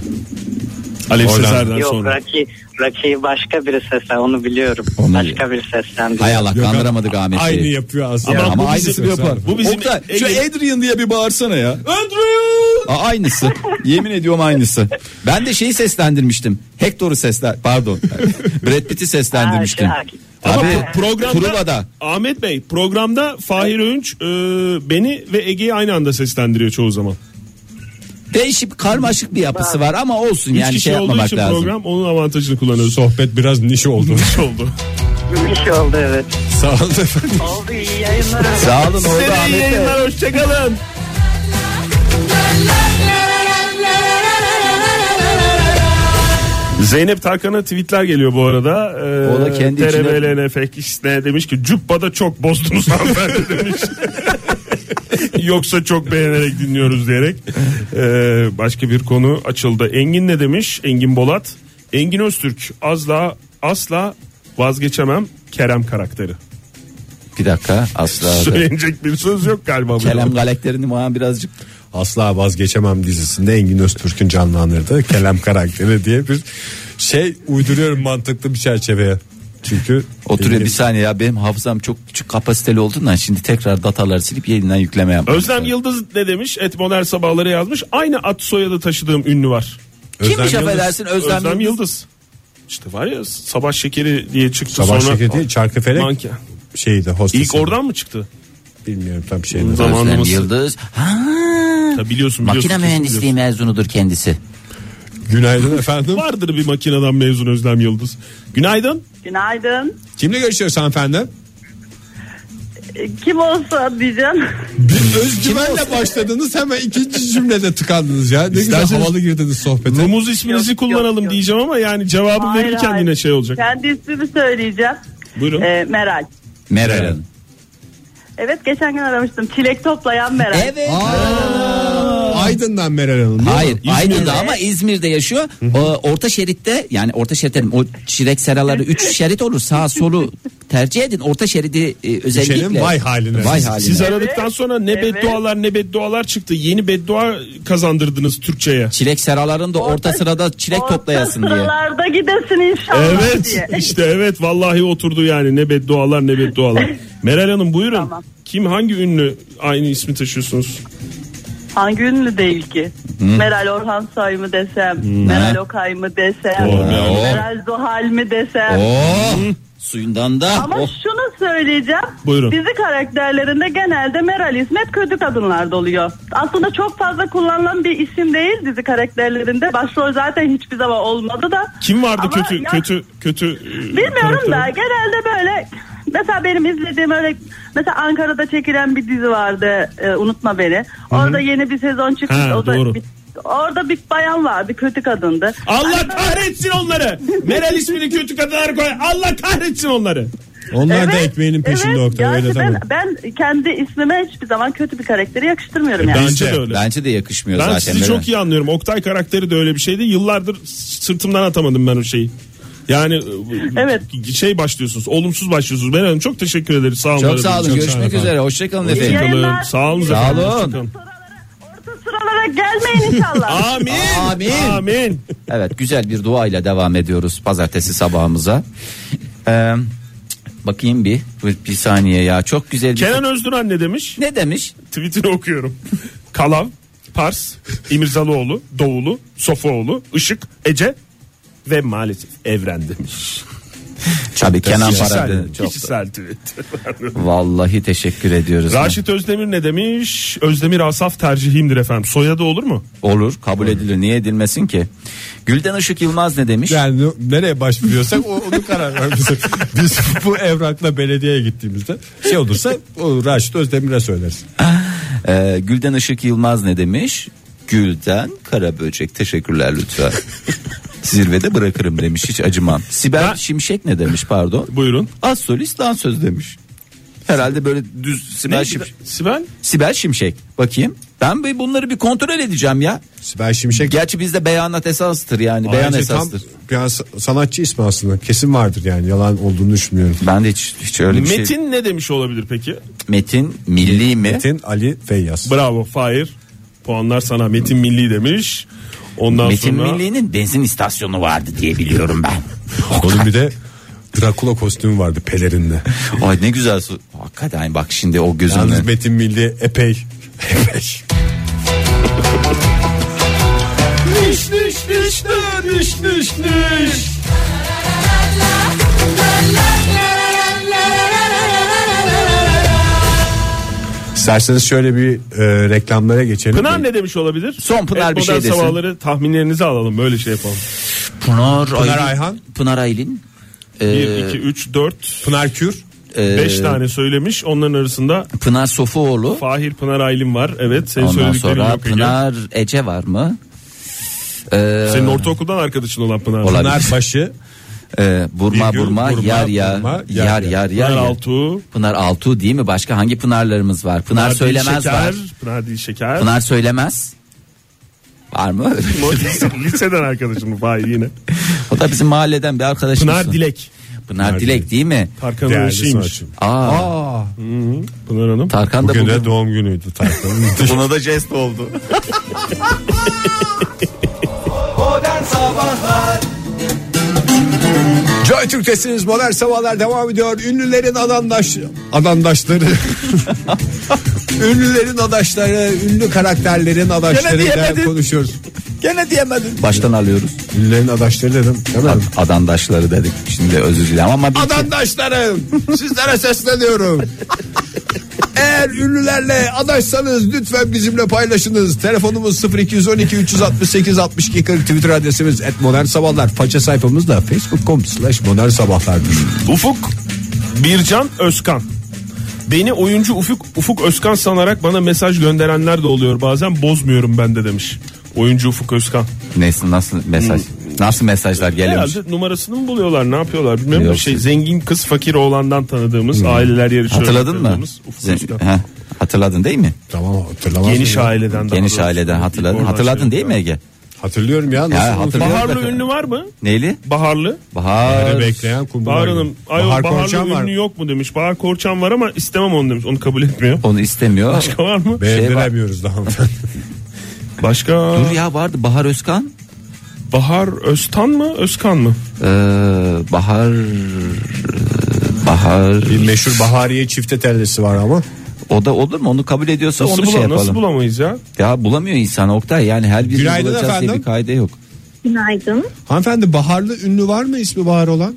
C: Alev
A: Oradan.
C: Sezer'den
H: Yok
C: sonra.
H: Raki, Raki'yi başka biri seslen onu biliyorum.
B: Onu
H: başka biri seslendi.
B: Hay Allah
A: Yok,
B: kandıramadık Ahmet
A: Aynı
B: Bey'i.
A: yapıyor aslında.
B: Ama,
C: Ama bu
B: aynısını
C: bizim-
B: yapar.
C: bu bizim-
B: Oktay, şu
C: Ege-
B: Adrian diye bir bağırsana ya.
C: Andrew!
B: Aa, aynısı. Yemin ediyorum aynısı. Ben de şeyi seslendirmiştim. Hector'u seslen... Pardon. Brad Pitt'i seslendirmiştim.
H: Ha, şey,
C: Ama
B: Tabii,
C: pro- programda
B: Truva'da.
C: Ahmet Bey programda Fahir Öğünç e, beni ve Ege'yi aynı anda seslendiriyor çoğu zaman.
B: Değişip karmaşık bir yapısı var ama olsun
C: Üç
B: yani
C: kişi
B: şey
C: olduğu
B: yapmamak
C: için
B: lazım.
C: program onun avantajını kullanıyoruz.
A: Sohbet biraz niş oldu.
C: Sonuç oldu.
H: Bir şey oldu evet.
A: Sağ olun efendim.
H: Oldu iyi yayınlar.
B: Sağ olun
C: Size
B: oldu
C: de iyi
B: Ahmet Bey.
C: yayınlar. Hoşçakalın. Zeynep Tarkan'a tweetler geliyor bu arada. Ee,
B: O da kendi içine-
C: TRBLN Fekis'ne demiş ki cübbada çok bozdunuz hanımefendi demiş. Yoksa çok beğenerek dinliyoruz diyerek. Ee, başka bir konu açıldı. Engin ne demiş? Engin Bolat. Engin Öztürk asla asla vazgeçemem Kerem karakteri.
B: Bir dakika asla.
C: Şey- Söylenecek bir söz yok galiba. bu.
B: Kelem galakterini bana birazcık
A: Asla Vazgeçemem dizisinde Engin Öztürk'ün canlandırdığı Kelem karakteri diye bir şey uyduruyorum mantıklı bir çerçeveye. Çünkü
B: Oturuyor
A: Engin-
B: bir saniye ya benim hafızam çok küçük kapasiteli olduğundan şimdi tekrar dataları silip yeniden yükleme yapmak
C: Özlem
B: istiyorum.
C: Yıldız ne demiş? Et modern sabahları yazmış. Aynı at soyadı taşıdığım ünlü var.
A: Özlem
B: Kimmiş
A: Yıldız-
B: affedersin Özlem,
C: Özlem
B: Yıldız?
C: Yıldız. İşte var ya sabah şekeri diye çıktı
A: Sabah
C: sonra.
A: şirketi Çarkıfelek
C: Manken.
A: şeydi hostesi.
C: İlk oradan mı çıktı?
A: bilmiyorum tam şey şeyini.
C: Zaman-
B: Özlem
C: Anlaması.
B: Yıldız. Ha.
C: Tabii biliyorsun biliyorsun.
B: Makine
C: kesin
B: mühendisliği
C: biliyorsun.
B: mezunudur kendisi.
A: Günaydın efendim.
C: Vardır bir makineden mezun Özlem Yıldız. Günaydın.
G: Günaydın.
A: Kimle görüşüyoruz hanımefendi?
G: E, Kim olsa diyeceğim.
A: Bir özgüvenle başladınız hemen ikinci cümlede tıkandınız ya. Ne güzel
C: İsterseniz-
A: havalı girdiniz sohbete.
C: Rumuz isminizi
G: Yok,
C: kullanalım
G: yok, yok.
C: diyeceğim ama yani cevabı
G: Hayır,
C: verirken
G: hayır.
C: yine şey olacak.
G: Kendi ismimi söyleyeceğim.
C: Buyurun.
G: E, Meral.
B: Meral
A: Meral.
B: Hanım.
G: Evet geçen gün aramıştım. Çilek toplayan Meral.
B: Evet.
A: Aydın'dan Meral Hanım. değil mi?
B: Hayır Aydın'da ama İzmir'de yaşıyor. O, orta şeritte yani orta şeritte o çirek seraları 3 şerit olur sağ solu tercih edin. Orta şeridi e, özellikle.
A: Düşelim, vay haline.
B: Vay
A: Siz-
B: haline.
C: Siz aradıktan sonra ne
G: evet.
C: beddualar ne beddualar çıktı. Yeni beddua kazandırdınız Türkçe'ye.
B: Çilek seraların da orta, sırada çilek
G: Orta
B: toplayasın diye.
G: sıralarda gidesin inşallah
C: Evet
G: diye.
C: işte evet vallahi oturdu yani ne beddualar ne beddualar. Meral Hanım buyurun.
G: Tamam.
C: Kim hangi ünlü aynı ismi taşıyorsunuz?
G: Hangi ünlü değil ki? Meral Orhan Soy mu desem? Meral Okay mı desem?
B: Oo.
G: Meral Zuhal mi desem?
B: Oo. Oh. Suyundan da.
G: Ama
B: oh.
G: şunu söyleyeceğim.
C: Buyurun.
G: Dizi karakterlerinde genelde Meral İsmet kötü kadınlar doluyor. Aslında çok fazla kullanılan bir isim değil dizi karakterlerinde. Başrol zaten hiçbir zaman olmadı da.
C: Kim vardı
G: Ama
C: kötü
G: ya-
C: kötü kötü? e,
G: Bilmiyorum da
C: karakter?
G: genelde böyle mesela benim izlediğim öyle mesela Ankara'da çekilen bir dizi vardı e, unutma beni. Orada yeni bir sezon çıkmış.
C: Ha,
G: o da
C: doğru.
G: bir- orada bir bayan vardı kötü kadındı.
C: Allah kahretsin onları. Meral ismini kötü kadınlar koy. Allah kahretsin onları.
A: Onlar da
G: Evet,
A: ekmeğinin peşinde
G: evet.
A: Oktay,
G: Yani
A: öyle deme.
G: ben, ben kendi ismime hiçbir zaman kötü bir karakteri yakıştırmıyorum
A: E,
G: yani.
C: Bence de öyle.
B: Bence de yakışmıyor
C: Şey, Ben
B: zaten.
C: sizi
B: Meral.
C: çok iyi anlıyorum. Oktay karakteri de öyle bir şeydi. Yıllardır sırtımdan atamadım ben o şeyi. Yani e,
G: Evet.
C: şey başlıyorsunuz. Olumsuz başlıyorsunuz. Meral Hanım çok teşekkür ederim. Sağ olun.
B: Çok sağ olun.
C: Çok
B: Görüşmek
C: efendim.
B: üzere. Hoşçakalın
C: Hoşça
B: efendim.
C: kalın.
G: yayınlar.
C: Sağ olun.
B: Sağ
C: efendim.
B: olun.
C: Hoşça kalın.
G: Orta sıralara gelmeyin inşallah.
C: Amin.
B: Amin.
C: Amin.
B: Evet güzel bir dua ile devam ediyoruz pazartesi sabahımıza. Ee, bakayım bir, bir bir saniye ya çok güzel bir
C: Kenan Özduran ne demiş?
B: ne demiş?
C: Tweetini okuyorum. Kalav, Pars, İmirzalıoğlu, Doğulu, Sofoğlu, Işık, Ece ve maalesef Evren demiş.
B: Tabii Kenan
C: Kişisel,
B: Parada çok.
C: kişisel tweet.
B: Vallahi teşekkür ediyoruz.
C: Raşit Özdemir ne demiş? Özdemir Asaf tercihimdir efendim. Soyadı olur mu?
B: Olur kabul edilir niye edilmesin ki? Gülden Işık Yılmaz ne demiş?
A: Yani n- nereye başvuruyorsak o- onu karar vermişiz. Biz bu evrakla belediyeye gittiğimizde şey olursa o Raşit Özdemir'e söyleriz.
B: Ee, Gülden Işık Yılmaz ne demiş? Gülden Karaböcek teşekkürler lütfen. Zirvede bırakırım demiş hiç acımam. Sibel
C: Ben-
B: Şimşek ne demiş pardon?
C: Buyurun.
B: Az solist dans söz demiş. Herhalde böyle düz Sibel
C: Neydi?
B: Şimşek.
C: Sibel?
B: Sibel Şimşek. Bakayım. Ben bir bunları bir kontrol edeceğim ya.
A: Sibel Şimşek
B: Gerçi bizde beyanat esastır yani. Beyan
A: Ayrıca şey, tam
B: esastır.
A: ya sa- sanatçı ismi aslında kesin vardır yani yalan olduğunu düşünmüyorum.
B: Ben de hiç, hiç öyle bir şey.
C: Metin ne demiş olabilir peki?
B: Metin milli mi? Metin,
A: Metin Ali Feyyaz.
C: Bravo Fahir. Puanlar sana Metin Milli demiş. Ondan sonra
B: Milli'nin benzin istasyonu vardı diye biliyorum ben.
A: Onun bir de Drakula kostümü vardı pelerinle.
B: Ay ne güzel su. Hakikaten bak şimdi o gözünü.
A: Yalnız Metin Milli epey epey. İsterseniz şöyle bir e, reklamlara geçelim.
C: Pınar ne demiş olabilir?
B: Son Pınar
C: Et
B: bir şey
C: modern
B: desin.
C: sabahları tahminlerinizi alalım böyle şey yapalım.
B: Pınar, Pınar
A: Ayhan.
B: Pınar Aylin. e, Ee,
C: 1, 2, 3, 4,
A: Pınar Kür.
C: 5 tane söylemiş. Onların arasında
B: Pınar Sofuoğlu.
C: Fahir Pınar Aylin var. Evet senin
B: Ondan
C: söylediklerini
B: sonra
C: yok Pınar...
B: Pınar Ece var mı? Ee,
C: Senin ortaokuldan arkadaşın olan Pınar.
B: Olabilir.
A: Pınar Başı.
B: Ee, burma,
A: Virgül,
B: burma,
A: burma,
B: yar ya,
A: burma,
B: yar yar yar.
C: Pınar
B: yar.
C: Altuğ.
B: Pınar Altuğ değil mi? Başka hangi Pınarlarımız var? Pınar,
C: Pınar
B: Söylemez
C: Dilşeker,
B: var.
C: Pınar Dilşeker.
B: Pınar Söylemez. Var mı?
C: Lise- Liseden arkadaşım Fahir yine.
B: o da bizim mahalleden bir arkadaşımız.
C: Pınar Dilek.
B: Pınar Dilek değil mi?
C: Tarkan'ın
A: Değerli
C: eşiymiş.
A: sanatçım.
B: Aa,
A: Aa,
C: Pınar Hanım.
B: Tarkan da
A: bugün
B: bugün.
A: de doğum günüydü Tarkan'ın.
B: Buna da jest oldu.
A: Joy Türk'tesiniz modern sabahlar devam ediyor. Ünlülerin adandaş, adandaşları. Ünlülerin adaşları, ünlü karakterlerin adaşlarıyla
B: diyemedim.
A: konuşuyoruz.
B: Gene diyemedim. Baştan alıyoruz.
A: Ünlülerin adaşları dedim. Tamam.
B: Ad- adandaşları dedik. Şimdi özür dilerim ama bir-
A: Adandaşlarım sizlere sesleniyorum. Eğer ünlülerle adaşsanız lütfen bizimle paylaşınız. Telefonumuz 0212 368 62 40 Twitter adresimiz et modern sabahlar. Faça sayfamız da facebook.com slash modern sabahlardır.
C: Ufuk Bircan Özkan. Beni oyuncu Ufuk Ufuk Özkan sanarak bana mesaj gönderenler de oluyor. Bazen bozmuyorum ben de demiş. Oyuncu Ufuk Özkan.
B: Neyse nasıl mesaj? Nasıl mesajlar geliyormuş?
C: Herhalde numarasını mı buluyorlar ne yapıyorlar bilmiyorum. da
B: Yok. Hmm.
C: Şey, zengin kız fakir oğlandan tanıdığımız aileler yarışıyor.
B: Hatırladın mı?
C: tanıdığımız Ufuk
B: Sen-
C: Özkan.
B: Ha, hatırladın değil mi?
A: Tamam hatırlamaz
C: Geniş
A: mıyım?
C: aileden. daha
B: Geniş
C: doğrusu.
B: aileden hatırladın.
C: Oradan
B: Hatırladın
C: şey-
B: değil mi Ege?
A: Hatırlıyorum ya. Nasıl
B: Ya, hatırlıyorum.
C: Baharlı ünlü var mı?
B: Neyli?
C: Baharlı.
A: Bahar
B: Bahar.
A: bekleyen kumbalar.
C: Bahar Hanım. Ay,
A: Bahar
C: Baharlı
A: Korçan
C: ünlü
A: var.
C: yok mu demiş. Bahar Korçan var ama istemem onu demiş. Onu kabul etmiyor.
B: Onu istemiyor.
C: Başka var mı?
A: Şey Beğendiremiyoruz daha hanımefendi.
C: Başka.
B: Dur ya vardı Bahar Özkan.
C: Bahar Öztan mı? Özkan mı?
B: Ee, Bahar Bahar
A: Bir meşhur Bahariye çifte tellesi var ama.
B: o da olur mu onu kabul ediyorsa
C: Nasıl,
B: onu
C: bula-
B: şey yapalım.
C: nasıl bulamayız ya?
B: Ya bulamıyor insan Oktay yani her birini
A: Günaydın
B: bulacağız diye
A: efendim.
B: bir kaide yok.
F: Günaydın.
A: Hanımefendi Baharlı ünlü var mı ismi Bahar olan?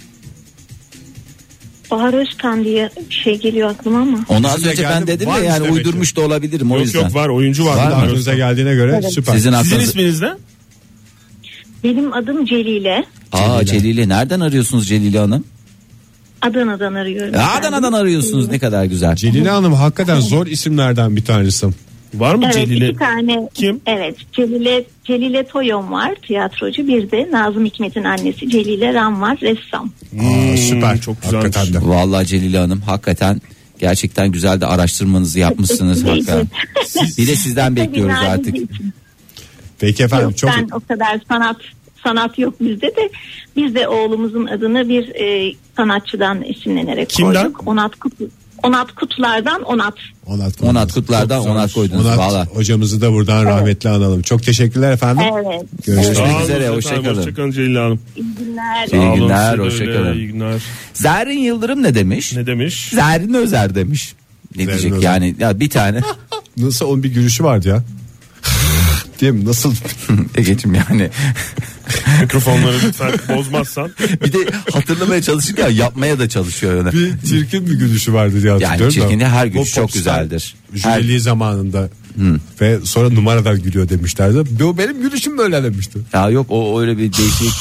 F: Bahar Özkan diye bir şey geliyor aklıma ama.
B: Onu az
A: Size
B: önce
A: geldi,
B: ben dedim
A: varmış
B: ya yani
A: demek ki.
B: uydurmuş da olabilirim o
C: şey? yok
B: yüzden.
C: yok var oyuncu
B: Var
C: var. Bahar
B: mı?
C: Öztan.
A: Aklınıza geldiğine göre süper.
B: Sizin
C: Sizin
B: aklınız.
C: isminiz ne?
F: Benim adım Celile.
B: Aa Celile nereden arıyorsunuz Celile Hanım?
F: Adana'dan arıyorum.
B: E, Adana'dan arıyorsunuz ne kadar güzel.
A: Celile Hanım hakikaten zor isimlerden bir tanesi.
C: Var mı
F: Evet
C: Celile?
F: iki tane.
C: Kim?
F: Evet Celile, Celile Toyon var tiyatrocu. Bir de Nazım Hikmet'in annesi Celile Ram var ressam.
A: Aa, süper.
C: Hmm, çok güzelmiş.
A: Hakikaten de.
B: Vallahi Celile Hanım hakikaten gerçekten güzel de araştırmanızı yapmışsınız hakikaten. Bir de sizden bekliyoruz
F: Tabii,
B: artık.
F: Nazım için.
A: Peki efendim
F: Yok,
A: çok
F: ben o kadar sanat sanat yok bizde de biz de oğlumuzun adını bir e, sanatçıdan esinlenerek
C: Kimden?
F: koyduk. Onat Kutlu. Onat Kutlardan Onat.
A: Onat,
B: Onat Kutlar'dan
A: Çok güzelmiş.
B: Onat koydunuz,
A: Onat
B: valla.
A: hocamızı da buradan rahmetli analım. Çok teşekkürler efendim.
F: Evet.
A: Görüşmek
B: Görüşmek
C: Sağ olun,
B: üzere, hoşça
C: efendim,
B: kalın.
C: Hoşçakalın Celile Hanım.
F: İyi günler.
B: İyi
C: Sağ olun,
B: günler,
C: size de
B: hoşça
C: öyle,
B: kalın.
C: İyi günler.
B: Zerrin Yıldırım ne demiş?
C: Ne demiş?
B: Zerrin Özer demiş. Ne
A: Zerrin
B: diyecek
A: Özer.
B: yani ya bir tane
A: Nasıl onun bir gülüşü vardı ya. Değil mi? Nasıl?
B: Ege'cim yani
C: Mikrofonları lütfen bozmazsan.
B: bir de hatırlamaya çalışırken yapmaya da çalışıyor öyle.
A: Bir çirkin bir gülüşü vardı diye hatırlıyorum.
B: Yani çirkinliği
A: da.
B: her
A: O
B: gülüş çok
A: popstar
B: güzeldir. Her,
A: Jöleliği zamanında ve sonra numaradan gülüyor demişlerdi. Bu benim gülüşüm böyle demişti.
B: ya yok o öyle bir değişik.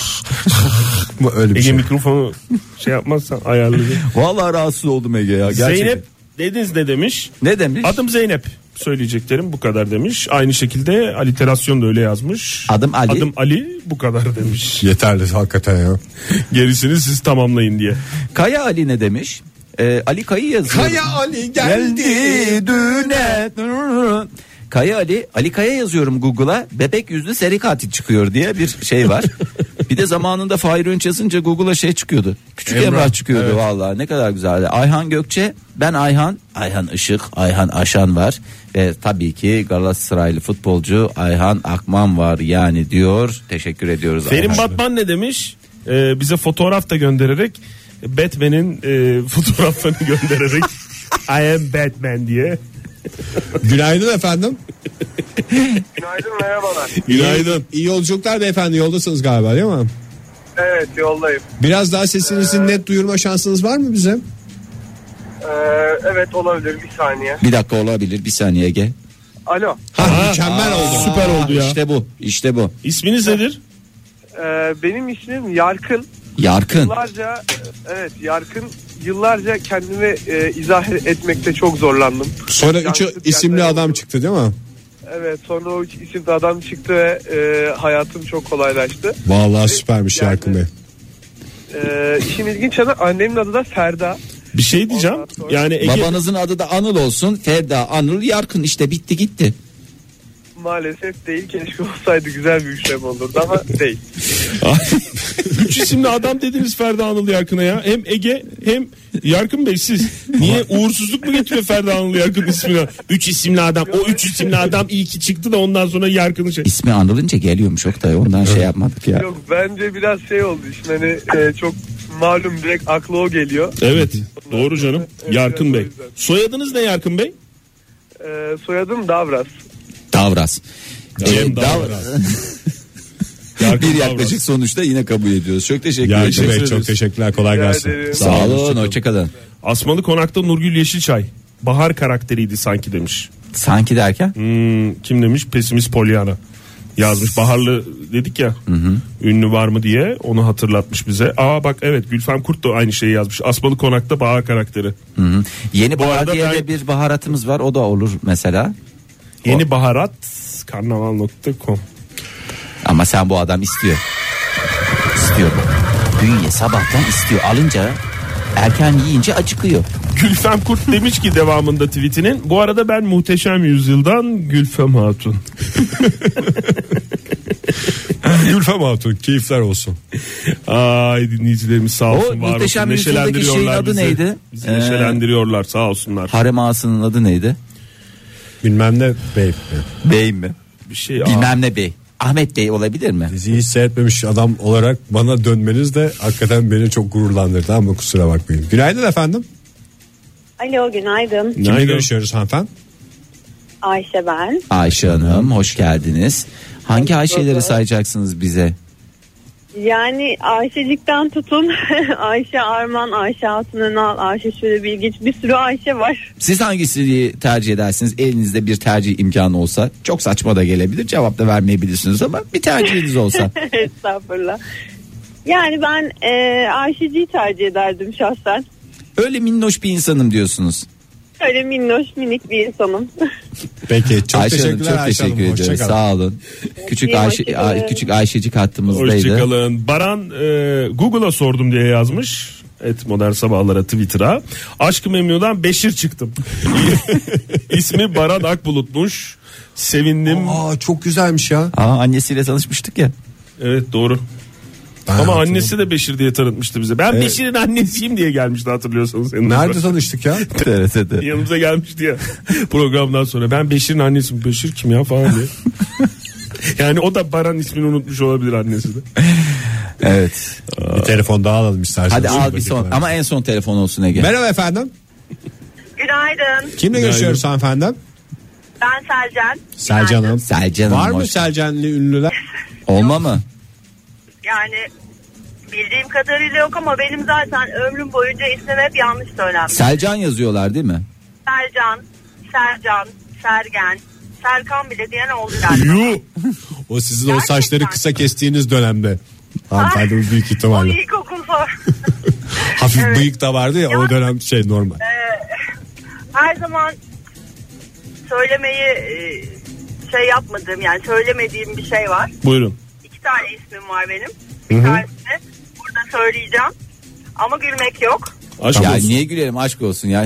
A: Bu öyle bir
C: Ege
A: şey.
C: mikrofonu şey yapmazsan ayarlı. bir-
B: Vallahi rahatsız oldum Ege ya gerçekten.
C: Zeynep dediniz ne demiş?
B: ne demiş?
C: Adım Zeynep. Söyleyeceklerim bu kadar demiş. Aynı şekilde aliterasyon da öyle yazmış.
B: Adım Ali.
C: Adım Ali bu kadar demiş.
A: Yeterli hakikaten ya.
C: Gerisini siz tamamlayın diye.
B: Kaya Ali ne demiş? Ee, Ali Kayı yazıyor.
A: Kaya Ali
B: Geldi düne. Kaya Ali, Ali Kaya yazıyorum Google'a bebek yüzlü seri katil çıkıyor diye bir şey var. bir de zamanında Fahir Önç yazınca Google'a şey çıkıyordu. Küçük Emrah, çıkıyordu vallahi ne kadar güzeldi. Ayhan Gökçe, ben Ayhan, Ayhan Işık, Ayhan Aşan var. Ve tabii ki Galatasaraylı futbolcu Ayhan Akman var yani diyor. Teşekkür ediyoruz.
C: Ferin
B: Ayhan.
C: Batman ne demiş? Ee, bize fotoğraf da göndererek Batman'in e, fotoğraflarını göndererek I am Batman diye.
A: Günaydın efendim.
E: Günaydın merhabalar.
A: Günaydın. İyi yolculuklar beyefendi yoldasınız galiba değil mi?
E: Evet yoldayım.
A: Biraz daha sesinizi net duyurma şansınız var mı bize?
E: Ee, evet olabilir bir saniye.
B: Bir dakika olabilir bir saniye Ege.
E: Alo
A: Ha, mükemmel oldu. Süper oldu
B: Ah, İşte bu işte bu.
C: İsminiz nedir?
E: ee, benim ismim Yarkın.
B: Yarkın.
E: Yıllarca evet Yarkın yıllarca kendimi e, izah etmekte çok zorlandım.
A: Sonra
E: Yansıt
A: üçü isimli
E: yerler
A: adam
E: oldu.
A: çıktı değil mi?
E: Evet sonra o üç isimde adam çıktı ve e, hayatım çok kolaylaştı.
A: Vallahi süpermiş
E: Yani-
A: Yarkın Bey.
E: E, işin ilginç yanı annemin adı da Ferda.
C: Bir şey diyeceğim.
E: Ondan sonra-
C: Yani Ege
B: Babanızın adı da Anıl olsun. Ferda Anıl Yarkın işte bitti gitti.
E: maalesef değil. Keşke olsaydı güzel bir üçlem olurdu ama değil.
C: Üç isimli adam dediniz Ferda Anıl Yarkın'a ya. Hem Ege hem Yarkın Bey siz. Niye uğursuzluk mu getiriyor Ferda Anıl Yarkın ismine? Üç isimli adam. O üç isimli adam iyi ki çıktı da ondan sonra Yarkın'ı şey.
B: İsmi anılınca geliyormuş Oktay ondan şey yapmadık ya.
E: Yok bence biraz şey oldu işte hani e, çok malum direkt aklı o geliyor.
C: Evet doğru canım. Yarkın Bey. Soyadınız ne Yarkın Bey?
E: E, soyadım Davras.
B: Davras.
C: Cem
B: Ee, Dav-
C: Davras. Yarkın
B: bir
C: Davras.
B: yaklaşık sonuçta yine kabul ediyoruz. Çok teşekkür ederim.
A: Yarkın Bey çok teşekkürler kolay
E: Rica
A: gelsin.
E: ederim.
B: Sağ olun hoşçakalın.
C: Asmalı Konak'ta Nurgül Yeşilçay. Bahar karakteriydi sanki demiş.
B: Sanki derken
C: Hmm, kim demiş? Pesimist Pollyanna yazmış. Baharlı dedik ya. Ünlü var mı diye onu hatırlatmış bize. Aa bak evet Gülfem Kurt da aynı şeyi yazmış. Asmalı Konak'ta Bahar karakteri.
B: yeni
C: Bu
B: bahar
C: arada
B: diye
C: ben-
B: de bir baharatımız var o da olur mesela.
C: Yeni baharat karnaval.com.
B: Ama sen bu adam istiyor. İstiyor. Bünye sabahtan istiyor. Alınca erken yiyince acıkıyor.
C: Gülfem Kurt demiş ki devamında tweetinin bu arada ben muhteşem yüzyıldan Gülfem Hatun.
A: Gülfem Hatun keyifler olsun.
C: Ay dinleyicilerimiz sağ olsun var
B: muhteşem
C: olsun.
B: yüzyıldaki
C: Neşelendiriyorlar
B: şeyin adı
C: bizi.
B: neydi?
C: Bizi
B: Ee,
C: neşelendiriyorlar sağ olsunlar.
B: Harem ağasının adı neydi?
A: Bilmem ne bey.
B: Bey mi?
C: Bir şey aa,
B: Bilmem ne bey. Ahmet Bey olabilir mi?
A: Diziyi hiç seyretmemiş adam olarak bana dönmeniz de hakikaten beni çok gururlandırdı ama kusura bakmayın. Günaydın efendim.
G: Alo günaydın
A: Kimle
C: Günaydın.
A: görüşüyoruz hanımefendi?
G: Ayşe ben.
B: Ayşe Hanım hoş geldiniz. Hangi Ayşe'leri sayacaksınız bize?
G: Yani Ayşecik'ten tutun Ayşe Arman, Ayşe Hatun Önal, Ayşe Şöyle Bilgiç bir sürü Ayşe var.
B: Siz hangisini tercih edersiniz? Elinizde bir tercih imkanı olsa çok saçma da gelebilir. Cevap da vermeyebilirsiniz ama bir tercihiniz olsa.
G: Estağfurullah. Yani ben e, Ayşeci'yi tercih ederdim şahsen.
B: Öyle minnoş bir insanım diyorsunuz.
G: Öyle minnoş minik bir insanım.
A: Peki çok
B: Ayşe Hanım
A: teşekkürler
B: çok
A: Ayşe
B: teşekkür
A: Hanım.
B: ediyoruz.
A: Hoşçakalın.
B: Sağ olun. Küçük
G: İyi,
B: Ayşe
G: hoşçakalın.
B: Ay- küçük Ayşecik hattımızdaydı.
C: Hoşçakalın. Baran e, Google'a sordum diye yazmış. Et modern sabahlara Twitter'a. Aşkı Memnu'dan Beşir çıktım. İsmi Baran Akbulut'muş. Sevindim.
A: Aa çok güzelmiş ya.
B: Aa, annesiyle tanışmıştık ya.
C: Evet doğru.
A: Ben
C: Ama
A: hatırladım.
C: annesi de Beşir diye tanıtmıştı bize. Ben Beşir'in annesiyim diye gelmişti hatırlıyorsanız. yanımıza.
A: Nerede tanıştık ya?
B: TRT'de.
C: Yanımıza gelmişti ya programdan sonra. Ben Beşir'in annesiyim. Beşir kim ya falan diye. yani o da Baran ismini unutmuş olabilir annesi de.
B: Evet.
A: Bir telefon daha alalım isterseniz.
B: Hadi al
A: Bakayım
B: bir son.
A: ben.
B: Ama en son telefon olsun Ege.
A: Merhaba efendim.
G: Günaydın.
A: Kimle görüşüyoruz hanımefendi?
G: Ben Selcan.
A: Selcan Hanım.
B: Selcan
A: Var
B: Hanım
A: mı
B: hoş-
A: Selcanlı ünlüler?
B: Olma mı?
G: Yani bildiğim kadarıyla yok ama benim zaten ömrüm boyunca ismim hep yanlış söylenmiş.
B: Selcan yazıyorlar değil mi?
G: Sercan, Sercan, Sergen, Serkan bile diyen oldu galiba.
A: Yuh. O sizin o
G: Gerçekten.
A: saçları kısa kestiğiniz dönemde. Hanımefendi bu büyük
G: O
A: ihtimalle.
G: ilkokul var.
A: Hafif bıyık da vardı ya, o dönem şey normal.
G: Her zaman söylemeyi e, şey yapmadığım yani söylemediğim bir şey var.
C: Buyurun.
G: İki tane ismim var benim. Bir tanesini burada söyleyeceğim. Ama gülmek yok.
C: Aşk
B: Ya
C: olsun.
B: niye gülerim aşk olsun ya.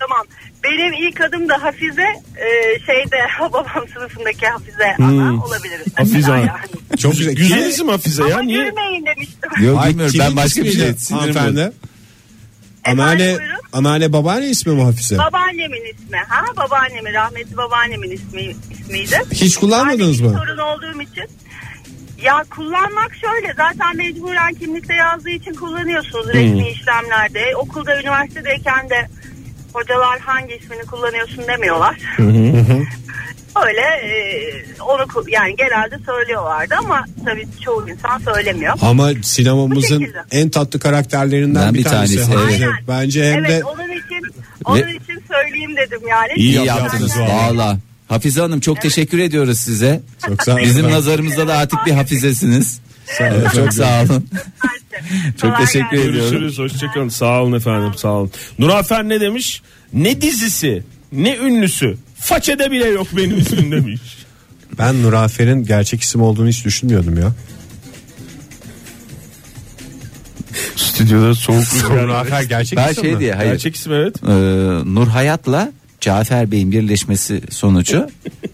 G: Tamam. Benim ilk adım da Hafize e, şeyde babam sınıfındaki Hafize ana olabiliriz. mesela
C: Hafize ana.
G: yani.
A: Çok güzel.
C: Güzel isim Hafize ya.
G: Ama
C: Niye?
G: gülmeyin demiştim.
B: Yok
A: Ay,
B: bilmiyorum
A: kimin
B: ben başka bir
A: ismiydi
B: şey sinirim bozuldu.
A: Hanımefendi. Anneanne,
G: buyurun.
A: anneanne babaanne ismi mi Hafize?
G: Babaannemin ismi. Ha babaannemin rahmetli babaannemin ismi ismiydi.
A: Hiç kullanmadınız
G: Ben de
A: mı?
G: Sorun olduğum için. Ya kullanmak şöyle zaten mecburen kimlikte yazdığı için kullanıyorsunuz
A: Hmm.
G: resmi işlemlerde. Okulda üniversitedeyken de hocalar hangi ismini kullanıyorsun demiyorlar. Öyle e, onu ku- yani genelde söylüyorlardı ama tabii çoğu insan söylemiyor.
A: Ama sinemamızın
G: Bu şekilde.
A: en tatlı karakterlerinden
B: Ben
A: bir
B: bir
A: tanesi.
B: tanesi,
A: Hafize.
G: Aynen.
A: Bence hem
G: evet,
A: de
G: onun için onun
B: Ve-
G: için söyleyeyim dedim yani.
B: İyi,
A: İyi
B: yaptınız
A: yaptınız
B: valla. Hafize Hanım çok teşekkür ediyoruz size.
A: çok sağ olun.
B: Bizim
A: efendim.
B: nazarımızda da artık bir hafizesiniz.
A: olun
B: Evet, çok
A: efendim.
B: sağ olun. Çok
G: Kolay
B: teşekkür
G: gelsin.
B: ediyorum.
C: Görüşürüz. Hoşçakalın. Sağ olun efendim. Sağ olun. Nurafer ne demiş? Ne dizisi? Ne ünlüsü? Façede bile yok benim ismim demiş.
A: Ben Nurafer'in gerçek isim olduğunu hiç düşünmüyordum ya.
C: Stüdyoda soğuk
A: Nurafer gerçek
B: Ben
A: isim
B: şey
A: mi?
B: diye hayır.
C: Gerçek isim evet.
B: Ee, Nur Hayat'la Cafer Bey'in birleşmesi sonucu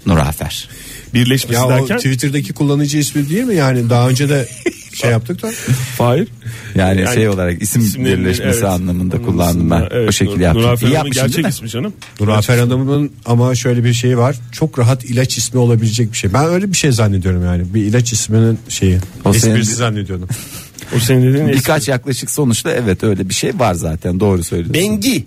B: Nur Afer.
C: birleşmesi
A: Ya o
C: derken.
A: Twitter'daki kullanıcı ismi değil mi yani daha önce de şey yaptık da
C: Hayır.
B: Yani,
C: Yani
B: şey olarak isim
C: İsimlerini,
B: birleşmesi
C: evet.
B: anlamında kullandım ben.
C: Anlamında, evet,
B: o şekilde yaptım.
C: Nur- Nur
B: İyi
C: Afer'in
B: yapmışım değil
C: gerçek
B: mi?
C: ismi canım.
A: Nur Afer Hanım'ın ama şöyle bir şeyi var çok rahat ilaç ismi olabilecek bir şey ben öyle bir şey zannediyorum yani bir ilaç isminin şeyi
B: O senin-
A: esprisi zannediyordum
C: O senin dediğin eski.
B: Birkaç yaklaşık sonuçta evet öyle bir şey var zaten doğru söylüyorsun.
C: Bengi.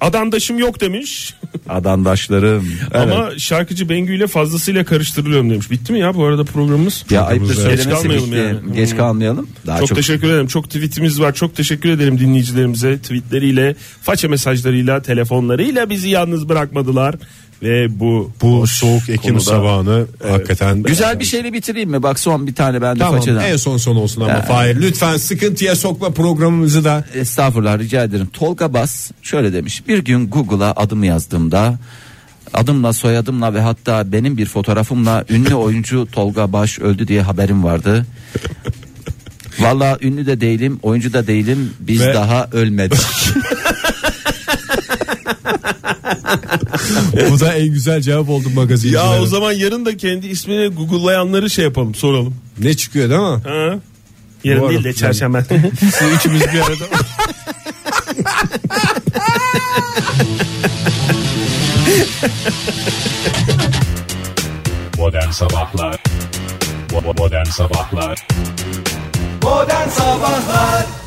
C: Adandaşım yok demiş.
B: Adandaşlarım. Evet.
C: Ama şarkıcı Bengü ile fazlasıyla karıştırılıyorum demiş. Bitti mi ya bu arada programımız?
B: ya ayıptır
C: Geç
B: söylemesi
C: kalmayalım
B: bitti.
C: yani.
B: Geç
C: Hmm.
B: kalmayalım. Daha
C: Çok,
B: çok,
C: teşekkür ederim. Çok tweetimiz var. Çok teşekkür ederim dinleyicilerimize. Tweetleriyle, faça mesajlarıyla, telefonlarıyla bizi yalnız bırakmadılar. Ve bu
A: bu
C: hoş
A: soğuk Ekim
C: konuda-
A: sabahını hakikaten
B: Güzel bir şeyle bitireyim mi? Bak son bir tane ben de
A: Tamam
B: façadan.
A: en son son olsun ama
B: Ya.
A: Fahir lütfen sıkıntıya sokma programımızı da.
B: Estağfurullah rica ederim. Tolga Bas şöyle demiş. Bir gün Google'a adımı yazdığımda adımla soyadımla ve hatta benim bir fotoğrafımla ünlü oyuncu Tolga Baş öldü diye haberim vardı. Valla ünlü de değilim, oyuncu da değilim. Biz
A: Ve-
B: daha ölmedik.
A: Bu da en güzel cevap oldu magazincilere.
C: Ya o zaman yarın da kendi ismini Google'layanları şey yapalım soralım.
A: Ne çıkıyor değil mi?
C: Ha? Yarın
A: Doğru.
C: değil de çarşamba.
A: Siz üçümüz bir arada.
I: Modern Sabahlar Bo- bo- Modern Sabahlar
J: Modern Sabahlar